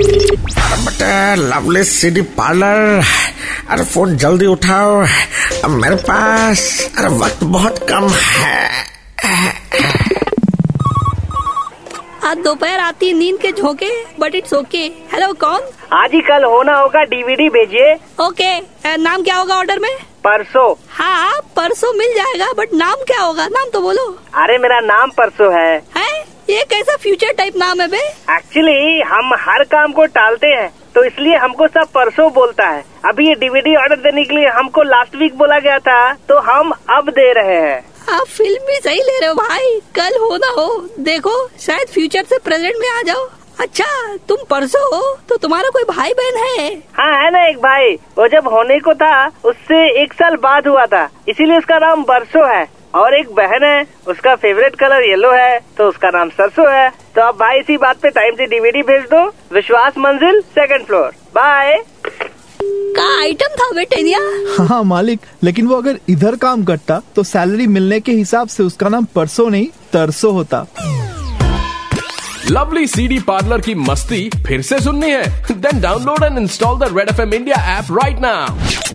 but lovely city parlour अरे phone जल्दी उठाओ अब मेरे पास अरे वक्त बहुत कम है आज दोपहर आती नींद के झोंके बट इट्स ओके हेलो कौन आज ही कल होना होगा डीवीडी भेजिए ओके अ, नाम क्या होगा ऑर्डर में परसों हाँ हाँ, परसों मिल जाएगा बट नाम क्या होगा नाम तो बोलो अरे मेरा नाम परसों है है ये कैसा फ्यूचर टाइप नाम है बे एक्चुअली हम हर काम को टालते हैं तो इसलिए हमको सब परसों बोलता है अभी ये डीवीडी ऑर्डर देने के लिए हमको लास्ट वीक बोला गया था तो हम अब दे रहे हैं आप फिल्म भी सही ले रहे हो भाई कल हो ना हो देखो शायद फ्यूचर से प्रेजेंट में आ जाओ अच्छा तुम परसों हो तो तुम्हारा कोई भाई बहन है हाँ है ना एक भाई वो जब होने को था उससे एक साल बाद हुआ था इसीलिए उसका नाम बरसो है और एक बहन है उसका फेवरेट कलर येलो है तो उसका नाम सरसों है तो आप भाई इसी बात पे टाइम से डीवीडी भेज दो विश्वास मंजिल सेकंड फ्लोर बाय का आइटम था बे टेनिया हाँ मालिक लेकिन वो अगर इधर काम करता तो सैलरी मिलने के हिसाब से उसका नाम परसों नहीं तरसों होता लवली सीडी पार्लर की मस्ती फिर से सुननी है then download and install the red F M India app right now